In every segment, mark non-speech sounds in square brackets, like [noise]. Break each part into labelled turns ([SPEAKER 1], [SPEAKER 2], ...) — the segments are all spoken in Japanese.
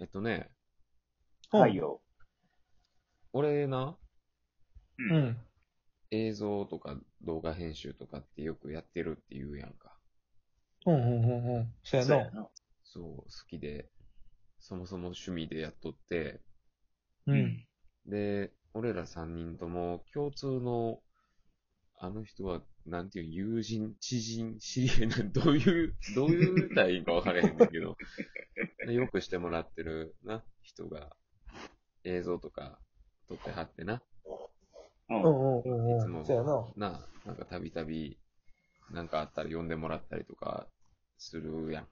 [SPEAKER 1] えっとね、
[SPEAKER 2] はいよ。
[SPEAKER 1] 俺な、
[SPEAKER 2] う
[SPEAKER 3] うん。うん。
[SPEAKER 1] 映像とか動画編集とかってよくやってるって言うやんか。
[SPEAKER 3] うんうんうんうん。そうや
[SPEAKER 2] そう
[SPEAKER 3] な
[SPEAKER 2] や。な。
[SPEAKER 1] そう、好きで、そもそも趣味でやっとって、
[SPEAKER 3] う。。
[SPEAKER 2] うん
[SPEAKER 1] で、俺ら3人とも共通の、あの人は、なんていう、友人、知人、知り合いな、どういう、どういうたらいいんか分からへんねんけど、でよくしてもらってるな、人が、映像とか撮ってはってな、
[SPEAKER 2] うん
[SPEAKER 3] う。んうん
[SPEAKER 1] いつ
[SPEAKER 3] うんう
[SPEAKER 1] も
[SPEAKER 3] ん。そうやな。
[SPEAKER 1] なあ、なんかたびたび、なんかあったら呼んでもらったりとか、するやん。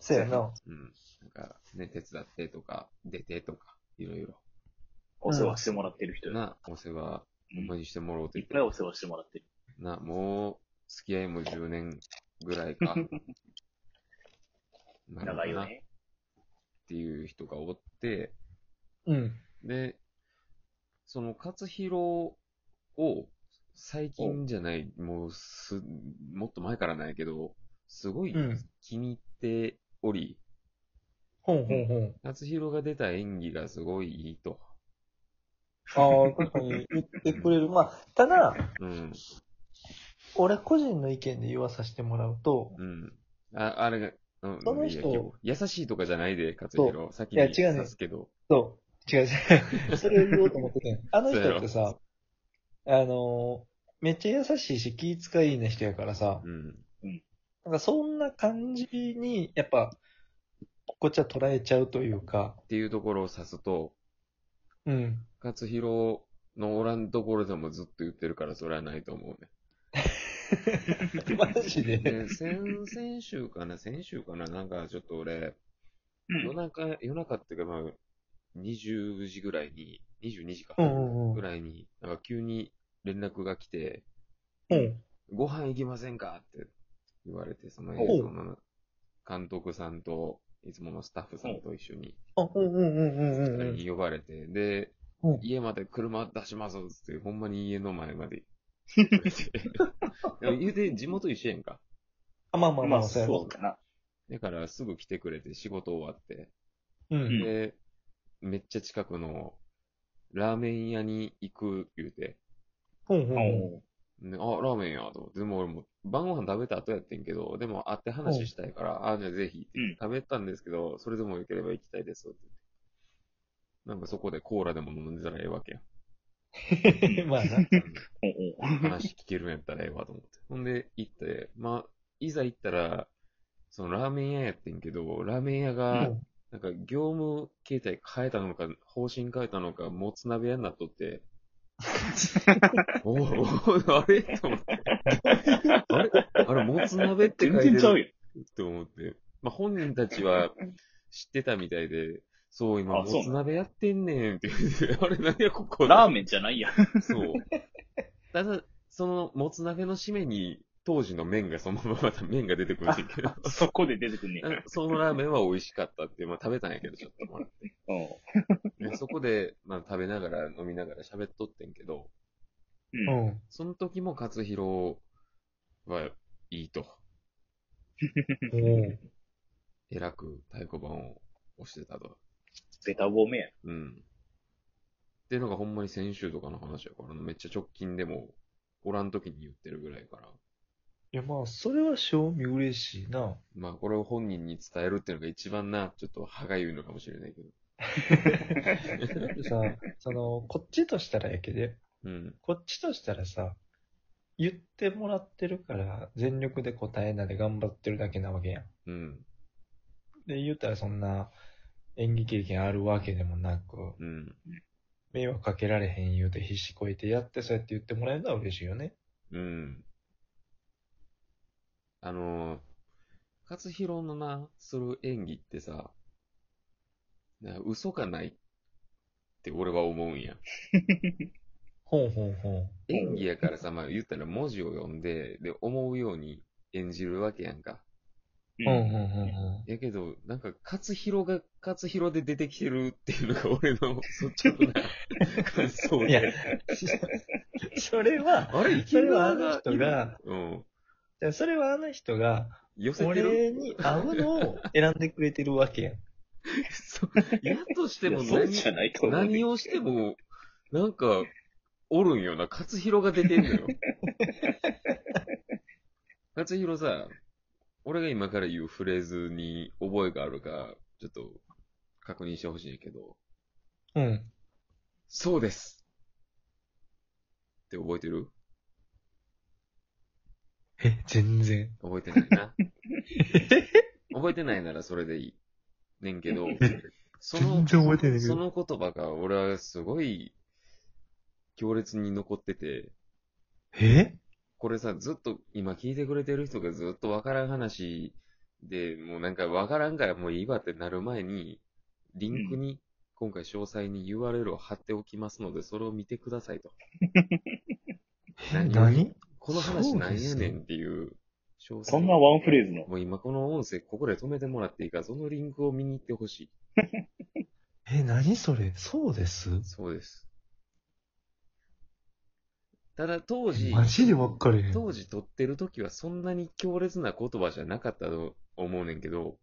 [SPEAKER 3] そうやな。
[SPEAKER 1] うん。なんか、ね、手伝ってとか、出てとか、いろいろ。
[SPEAKER 2] お世話してもらってる人よ
[SPEAKER 1] な、お世話、ほんまにしてもろうと言
[SPEAKER 2] いっ
[SPEAKER 1] って
[SPEAKER 2] ぱいお世話してもらってる。
[SPEAKER 1] な、もう、付き合いも10年ぐらい
[SPEAKER 2] [laughs]
[SPEAKER 1] か。なの
[SPEAKER 2] 長い
[SPEAKER 1] かな
[SPEAKER 2] よ
[SPEAKER 1] っ
[SPEAKER 2] ね。
[SPEAKER 1] ていう人がおって、
[SPEAKER 3] うん。
[SPEAKER 1] で、その勝弘を、最近じゃない、もうす、もっと前からないけど、すごい
[SPEAKER 3] うん
[SPEAKER 1] 気に入っており、
[SPEAKER 3] ほんほんほん。
[SPEAKER 1] 勝弘が出た演技がすごいいいと。
[SPEAKER 3] ああ、確かに言ってくれる。まあ、ただ、
[SPEAKER 1] うん、
[SPEAKER 3] 俺個人の意見で言わさせてもらうと、
[SPEAKER 1] うん。あ、あれが、うん、
[SPEAKER 3] その
[SPEAKER 1] い
[SPEAKER 3] 人
[SPEAKER 1] いや優しいとかじゃないで、勝弘。先に
[SPEAKER 3] いや違うね
[SPEAKER 1] 指すけど。
[SPEAKER 3] そう。違う違う。 [laughs] それを言おうと思ってて。あの人ってさ、あのー、めっちゃ優しいし気遣いいな人やからさ、
[SPEAKER 1] うん。
[SPEAKER 3] なんかそんな感じに、やっぱ、こっちは捉えちゃうというか、
[SPEAKER 1] っていうところを指すと、
[SPEAKER 3] うん。 [laughs]
[SPEAKER 1] 勝弘のおらんところでもずっと言ってるから、それはないと思う
[SPEAKER 3] マジ
[SPEAKER 1] ね。
[SPEAKER 3] で。
[SPEAKER 1] で、先、先週かな、先週かな、なんかちょっと俺、
[SPEAKER 2] う
[SPEAKER 1] 夜
[SPEAKER 2] ん。
[SPEAKER 1] 中、夜中っていうか、まあ、20時ぐらいに、22時か、
[SPEAKER 3] うんうんうん
[SPEAKER 1] ぐらいに、なんか急に連絡が来て、
[SPEAKER 3] うん。
[SPEAKER 1] ご飯行きませんかって言われて、その映像の監督さんと、いつものスタッフさんと一緒に、
[SPEAKER 3] あ、うんうんうんうんうんう
[SPEAKER 1] 二人
[SPEAKER 3] ん。
[SPEAKER 1] に呼ばれて、で、
[SPEAKER 3] うん
[SPEAKER 1] 家まで車出しますっつって、ほんまに家の前ま
[SPEAKER 3] [laughs]
[SPEAKER 1] で。でも言うて、地元一緒やんか。
[SPEAKER 3] あ、まあまあま
[SPEAKER 2] ま
[SPEAKER 3] あ、
[SPEAKER 2] あ、
[SPEAKER 3] そうや
[SPEAKER 2] そうかな。
[SPEAKER 1] だから、すぐ来てくれて、仕事終わって。
[SPEAKER 3] な。うん。
[SPEAKER 1] で、めっちゃ近くの、ラーメン屋に行く、言うて。
[SPEAKER 3] ほんほんほん。
[SPEAKER 2] う
[SPEAKER 1] であ、ラーメンや、と思って。でも俺も、晩ご飯食べた後やってんけど、でも会って話したいから、あ、じゃあぜひって
[SPEAKER 2] うん
[SPEAKER 1] 食べたんですけど、それでもよければ行きたいです、って言ってなんかそこでコーラでも飲んでたらええわけやん。
[SPEAKER 3] [laughs] まあな。
[SPEAKER 2] [laughs] んうん。
[SPEAKER 1] 話聞けるんやったらええわと思って。ほんで、行って、まあ、いざ行ったら、そのラーメン屋やってんけど、ラーメン屋が、なんか業務形態変えたのか、方針変えたのか、もつ鍋屋になっと
[SPEAKER 2] [laughs]
[SPEAKER 1] って、おお、あれと思って。あれあれ、もつ鍋って
[SPEAKER 2] 全
[SPEAKER 1] 書いて
[SPEAKER 2] 然ちゃう
[SPEAKER 1] る
[SPEAKER 2] よ。
[SPEAKER 1] と思って。まあ、本人たちは知ってたみたいで、そう、今、
[SPEAKER 2] あ
[SPEAKER 1] も
[SPEAKER 2] そう
[SPEAKER 1] つ鍋やってんねんって言って、あれ、何や、ここ。
[SPEAKER 2] ラーメンじゃないやん。
[SPEAKER 1] そう。ただ、その、もつ鍋の締めに、当時の麺がそのまままた麺が出てくるんだけど、
[SPEAKER 2] そこで出てくんねん。
[SPEAKER 1] あそのラーメンは美味しかったって、まあ食べたんやけど、ちょっともらって。
[SPEAKER 2] う
[SPEAKER 1] でそこで、まあ食べながら飲みながら喋っとってんけど、
[SPEAKER 2] ん。
[SPEAKER 3] う
[SPEAKER 2] うん。
[SPEAKER 3] ん。
[SPEAKER 1] その時も勝弘はいいと、
[SPEAKER 3] うん。
[SPEAKER 1] 偉く太鼓判を押してたと。
[SPEAKER 2] ベタ褒めや。
[SPEAKER 1] うん。っていうのがほんまに先週とかの話やからな、めっちゃ直近でも、おらん時に言ってるぐらいから。
[SPEAKER 3] いやまあ、それは正味嬉しいな。
[SPEAKER 1] まあ、これを本人に伝えるっていうのが一番な、ちょっと歯がゆいのかもしれないけど。
[SPEAKER 3] だってさ、その、こっちとしたらやけで、
[SPEAKER 1] うん。
[SPEAKER 3] こっちとしたらさ、言ってもらってるから、全力で答えなで頑張ってるだけなわけやん。
[SPEAKER 1] うん。
[SPEAKER 3] で、言うたらそんな、演技経験あるわけでもなく、
[SPEAKER 1] うん。
[SPEAKER 3] 迷惑かけられへん言うて必死こいてやって、そうやって言ってもらえるのは嬉しいよね。
[SPEAKER 1] うん。あのー、勝弘のな、する演技ってさ、な嘘がないって俺は思うんや。
[SPEAKER 3] ほんほんほん。
[SPEAKER 1] 演技やからさ、まあ言ったら文字を読んで、で、思うように演じるわけやんか。
[SPEAKER 2] う
[SPEAKER 3] ほんほんほんほ
[SPEAKER 1] やけど、なんか、勝弘が勝弘で出てきてるっていうのが俺の [laughs] 率直な感想
[SPEAKER 3] ん。いや
[SPEAKER 1] [laughs] で。、
[SPEAKER 3] それは、
[SPEAKER 1] あれ、
[SPEAKER 3] それはあの人が、
[SPEAKER 1] うん。
[SPEAKER 3] それはあの人が、
[SPEAKER 1] 寄せてる。
[SPEAKER 3] 俺に合うのを選んでくれてるわけやん。
[SPEAKER 1] そやとしても
[SPEAKER 2] いやそう
[SPEAKER 1] 何
[SPEAKER 2] じゃないと思う。
[SPEAKER 1] 何をしても、なんか、おるんよな。勝弘が出てんの
[SPEAKER 2] [laughs]
[SPEAKER 1] よ。勝弘さ、俺が今から言うフレーズに覚えがあるか、ちょっと確認してほしいけど、
[SPEAKER 3] うん。
[SPEAKER 1] そうですって覚えてる
[SPEAKER 3] え、全然。
[SPEAKER 1] 覚えてない
[SPEAKER 2] [laughs]
[SPEAKER 1] な。覚えてないならそれでいい。ねんけど、その
[SPEAKER 3] 全、然覚えてないけど
[SPEAKER 1] その言葉が俺はすごい強烈に残ってて、
[SPEAKER 3] え
[SPEAKER 1] これさ、ずっと今聞いてくれてる人がずっとわからん話で、もうなんかわからんからもういいわってなる前に、リンクに今回詳細に URL を貼っておきますので、それを見てくださいと。何
[SPEAKER 3] 何
[SPEAKER 1] この話なんやねんっていう詳細。
[SPEAKER 2] そんなワンフレーズの。
[SPEAKER 1] もう今この音声ここで止めてもらっていいから、そのリンクを見に行ってほしい。
[SPEAKER 3] え、何それそうです
[SPEAKER 1] そうです。ただ当時、
[SPEAKER 3] マジでわかれへん。
[SPEAKER 1] 当時撮ってる時はそんなに強烈な言葉じゃなかったと思うねんけど、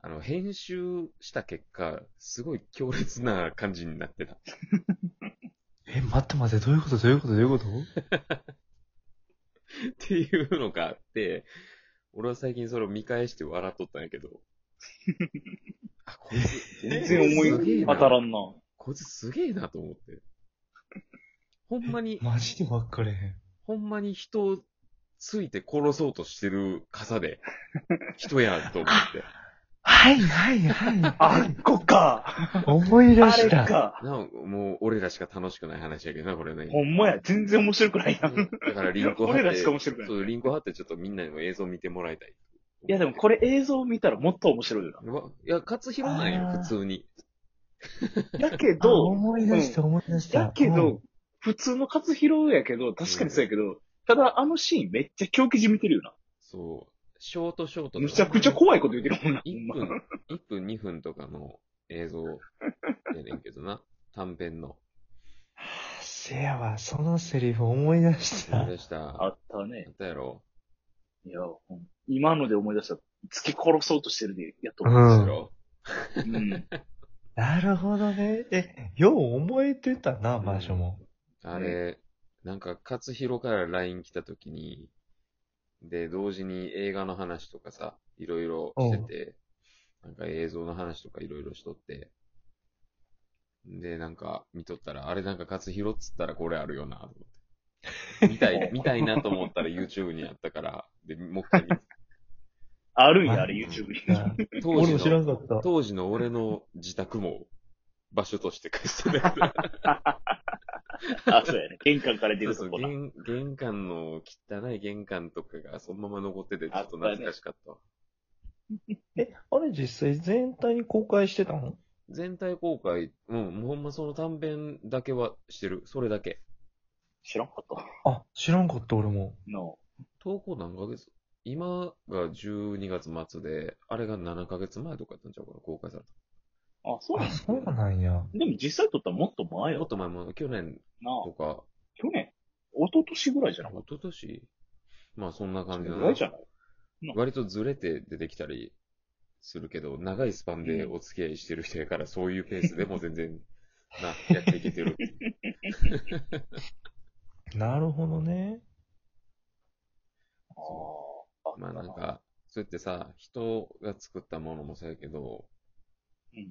[SPEAKER 1] あの、編集した結果、すごい強烈な感じになってた。 [laughs]
[SPEAKER 3] え、待って待って、どういうことどういうことどういうこと
[SPEAKER 1] っていうのがあって、俺は最近それを見返して笑っとったんやけど。あ、こいつ、
[SPEAKER 2] 全然思い当た
[SPEAKER 1] ん。
[SPEAKER 2] らんな。
[SPEAKER 1] こいつすげえなと思って。ほんまに、
[SPEAKER 3] マジでわかれへん。
[SPEAKER 1] ほんまに人をついて殺そうとしてる傘で、人やと思って。
[SPEAKER 3] はいはいはい。
[SPEAKER 2] [laughs] あっこか。
[SPEAKER 3] 思い出
[SPEAKER 2] あれ
[SPEAKER 3] した。
[SPEAKER 2] か。
[SPEAKER 1] なお、もう俺らしか楽しくない話やけどな、これね。
[SPEAKER 2] ほんまや、全然面白くないやん。
[SPEAKER 1] だからリンクを貼って。
[SPEAKER 2] 俺らしか面白くない
[SPEAKER 1] そう、リンクを貼ってちょっとみんなにも映像見てもらいたい。
[SPEAKER 2] いやでもこれ映像見たらもっと面白いよ
[SPEAKER 1] うわ。いや、勝弘なん
[SPEAKER 3] あ
[SPEAKER 1] よ、
[SPEAKER 3] ー
[SPEAKER 1] 普通に。
[SPEAKER 2] な。だけ
[SPEAKER 3] あ
[SPEAKER 2] ど、
[SPEAKER 3] 思い出した思い出した。
[SPEAKER 2] だけ
[SPEAKER 3] うん
[SPEAKER 2] ど、、普通の活広やけど、確かにそうやけど、ただあのシーンめっちゃ狂気じみてるよな。
[SPEAKER 1] そう。ショートショート。
[SPEAKER 2] むちゃくちゃ怖いこと言ってるもんな。ほん
[SPEAKER 1] 1
[SPEAKER 2] ま
[SPEAKER 1] 分、一分2分とかの映像やねんけどな。短編
[SPEAKER 2] [laughs]
[SPEAKER 1] の。
[SPEAKER 3] せやわ、そのセリフ思い出した
[SPEAKER 1] 思い。出した。
[SPEAKER 2] あ
[SPEAKER 1] あっ
[SPEAKER 2] ったね。
[SPEAKER 1] たやろ
[SPEAKER 2] いや、ほん今ので思い出した。突き殺そうとしてるで、やっと
[SPEAKER 3] う
[SPEAKER 2] 思
[SPEAKER 1] や
[SPEAKER 3] ん。
[SPEAKER 1] ろ
[SPEAKER 2] う。うん。
[SPEAKER 3] なるほどね。え、よう思えてたな、場所 [laughs] も。
[SPEAKER 1] あれ、なんか、勝弘から LINE 来た時に、で、同時に映画の話とかさ、いろいろしてて、なんか映像の話とかいろいろしとって、で、なんか見とったら、あれなんか勝弘っつったらこれあるよな、と思って。見た
[SPEAKER 3] [laughs]
[SPEAKER 1] い、見たいなと思ったら YouTube にあったから、で、もう一回見
[SPEAKER 2] あるんや、あれ、YouTube に。
[SPEAKER 1] 当
[SPEAKER 3] 俺
[SPEAKER 1] 時
[SPEAKER 3] も知ら
[SPEAKER 1] の、
[SPEAKER 3] んかった。
[SPEAKER 1] 当時の俺の自宅も場所として貸してたから。
[SPEAKER 2] あ、そうやね。玄関から出
[SPEAKER 1] そう
[SPEAKER 2] る
[SPEAKER 1] そ
[SPEAKER 2] と
[SPEAKER 1] う
[SPEAKER 2] こな。
[SPEAKER 1] 玄、玄関の汚い玄関とかがそのまま残ってて、ちょっと懐かしかったわ。
[SPEAKER 3] え、あれ実際全体に公開してたの
[SPEAKER 1] 全体公開、うん、もうほんまその短編だけはしてる。それだけ。
[SPEAKER 2] 知らんかった。
[SPEAKER 3] あ、知らんかった、俺も。
[SPEAKER 2] の、
[SPEAKER 1] 投稿何ヶ月今が12月末で、あれが7ヶ月前とかやったんちゃうかな、公開され
[SPEAKER 2] あ、そうなん
[SPEAKER 3] あ、
[SPEAKER 2] です
[SPEAKER 3] そう
[SPEAKER 2] ね
[SPEAKER 3] なんや。
[SPEAKER 2] でも実際撮ったらもっと前
[SPEAKER 1] た。もっ
[SPEAKER 2] よ。
[SPEAKER 1] と前も、去年
[SPEAKER 2] なあ
[SPEAKER 1] とか、
[SPEAKER 2] 去年一昨年ぐらいじゃなかっ
[SPEAKER 1] 一昨年まあそんな
[SPEAKER 2] たそ
[SPEAKER 1] 感じ
[SPEAKER 2] れ
[SPEAKER 1] だ
[SPEAKER 2] ぐ
[SPEAKER 1] な
[SPEAKER 2] らいじゃない
[SPEAKER 1] 割とずれて出てきたりするけど、長いスパンでお付き合いしてる人やから、そういうペースでも全然、な、やっていけ
[SPEAKER 2] [laughs]
[SPEAKER 1] てる。
[SPEAKER 3] なるほどね。
[SPEAKER 2] あー
[SPEAKER 1] まあなん。か、そうやってさ、人が作ったものもそうやけど、
[SPEAKER 2] うん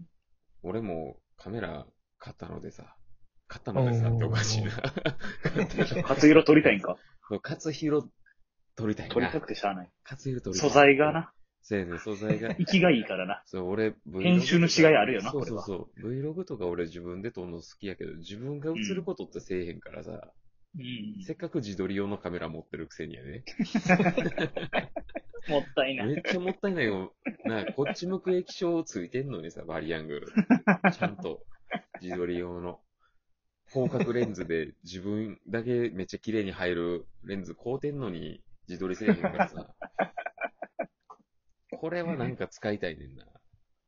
[SPEAKER 1] 俺もカメラ買ったのでさ、買ったのでさっておかしいな。 [laughs]
[SPEAKER 2] 初色撮りたいんか
[SPEAKER 1] 勝弘撮りたいな。
[SPEAKER 2] 撮りたくてしゃあない。
[SPEAKER 1] 勝弘撮りた
[SPEAKER 2] 素
[SPEAKER 1] い。
[SPEAKER 2] 材が。な、
[SPEAKER 1] せやねん、素材が。
[SPEAKER 2] [laughs] 息がいいからな。
[SPEAKER 1] そう、俺、Vlog
[SPEAKER 2] 編集の違いあるよな
[SPEAKER 1] そう
[SPEAKER 2] これ
[SPEAKER 1] そう
[SPEAKER 2] は
[SPEAKER 1] そう。Vlog とか俺自分で撮るの好きやけど、自分が映ることってせえへんからさ、
[SPEAKER 2] うん。
[SPEAKER 1] せっかく自撮り用のカメラ持ってるくせにやね。
[SPEAKER 2] もったいない。
[SPEAKER 1] めっちゃもったいないよ。なあ、こっち向く液晶ついてんのにさ、バリアングル。ちゃんと、自撮り用の。広角レンズで自分だけめっちゃ綺麗に入るレンズ買うてんのに自撮りせえへんからさ。これはなんか使いたいねんな。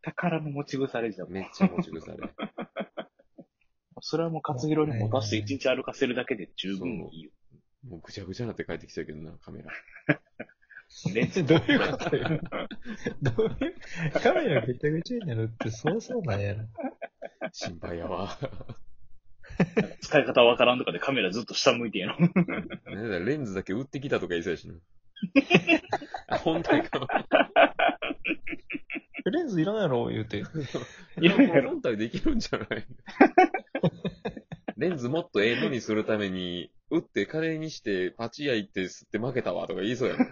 [SPEAKER 2] 宝の持ち腐れじゃん。
[SPEAKER 1] めっちゃ持ち腐れ。
[SPEAKER 2] それはもう勝弘に持たせて一日歩かせるだけで十分いいよ。
[SPEAKER 1] もうぐちゃぐちゃなって帰ってきたけどな、カメラ。
[SPEAKER 2] [laughs] レンズ
[SPEAKER 3] どういうことよどういう、カメラぐちゃぐちゃになるってそうそうなんやろ。
[SPEAKER 1] 心配やわ。
[SPEAKER 2] 使い方わからんとかでカメラずっと下向いてんやろ。
[SPEAKER 1] なんだレンズだけ売ってきたとか言いそうやしな。あ本体か。
[SPEAKER 3] レンズいらんやろ、言うて。
[SPEAKER 2] [laughs] いやいやろ。
[SPEAKER 1] 本体できるんじゃないレンズもっとええのにするために、打ってカレーにしてパチ屋行って吸って負けたわとか言いそうや [laughs] ろ。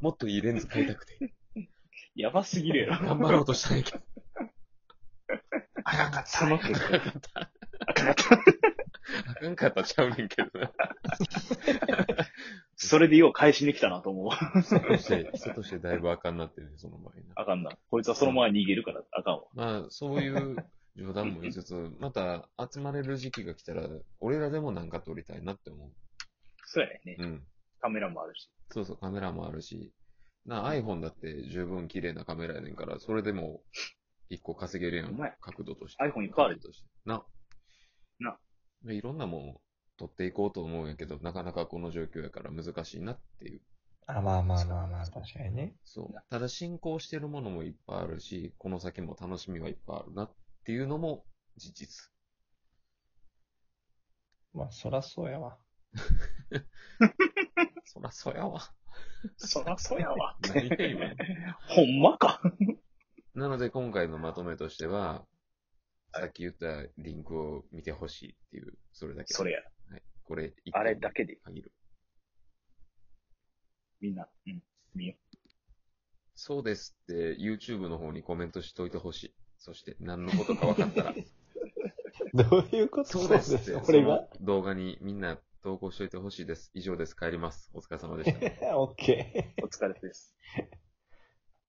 [SPEAKER 1] もっといいレンズ買いたくて。
[SPEAKER 2] やばすぎるやろ。
[SPEAKER 1] [laughs] 頑張ろうとしたんやけど。
[SPEAKER 3] あかんかった。
[SPEAKER 2] その結果。
[SPEAKER 1] あかんかったらちゃうねんけどな。
[SPEAKER 2] それでよう返しに来たなと思う。
[SPEAKER 1] 人として、人としてだいぶあかんなってるね、その場合な。
[SPEAKER 2] あ [laughs] かんな。こいつはそのまま逃げるから、あかんわ。
[SPEAKER 1] まあ、そういう冗談も言いつつ、また集まれる時期が来たら、俺らでもなんか撮りたいなって思
[SPEAKER 2] そうやね
[SPEAKER 1] う。。うん。
[SPEAKER 2] カメラもあるし。
[SPEAKER 1] そうそう、カメラもあるし。な、iPhone だって十分綺麗なカメラやねんから、それでも一個稼げるや
[SPEAKER 2] うんまい。
[SPEAKER 1] 角度として。
[SPEAKER 2] iPhone いっぱいある
[SPEAKER 1] 角度として。な。
[SPEAKER 2] な
[SPEAKER 1] で。いろんなもん撮っていこうと思うんやけど、なかなかこの状況やから難しいなっていう。
[SPEAKER 3] あ、まあまあまあまあ、確かにね。
[SPEAKER 1] そう。ただ進行してるものもいっぱいあるし、この先も楽しみはいっぱいあるなっていうのも事実。
[SPEAKER 3] まあ、そらそうやわ。
[SPEAKER 1] そらそ
[SPEAKER 2] [laughs]
[SPEAKER 1] やわ。
[SPEAKER 2] そらそうやわっ
[SPEAKER 1] 何が
[SPEAKER 2] て。
[SPEAKER 1] 今の。
[SPEAKER 2] [laughs] ほんまか。
[SPEAKER 1] なので今回のまとめとしては、さっき言ったリンクを見てほしいっていう、それだけ。
[SPEAKER 2] それや。
[SPEAKER 1] はい。これ、
[SPEAKER 2] あれだけで
[SPEAKER 1] 限る。
[SPEAKER 2] みんな。うん。見よ
[SPEAKER 1] そうですって YouTube の方にコメントしといてほしい。そして何のことか分かったら、
[SPEAKER 3] どういうこと
[SPEAKER 1] そうですって、
[SPEAKER 3] これが
[SPEAKER 1] その動画にみんな投稿しといてほしいです。以上です。帰ります。お疲れ様でした。
[SPEAKER 3] オッケー。
[SPEAKER 2] う。お疲れ様です。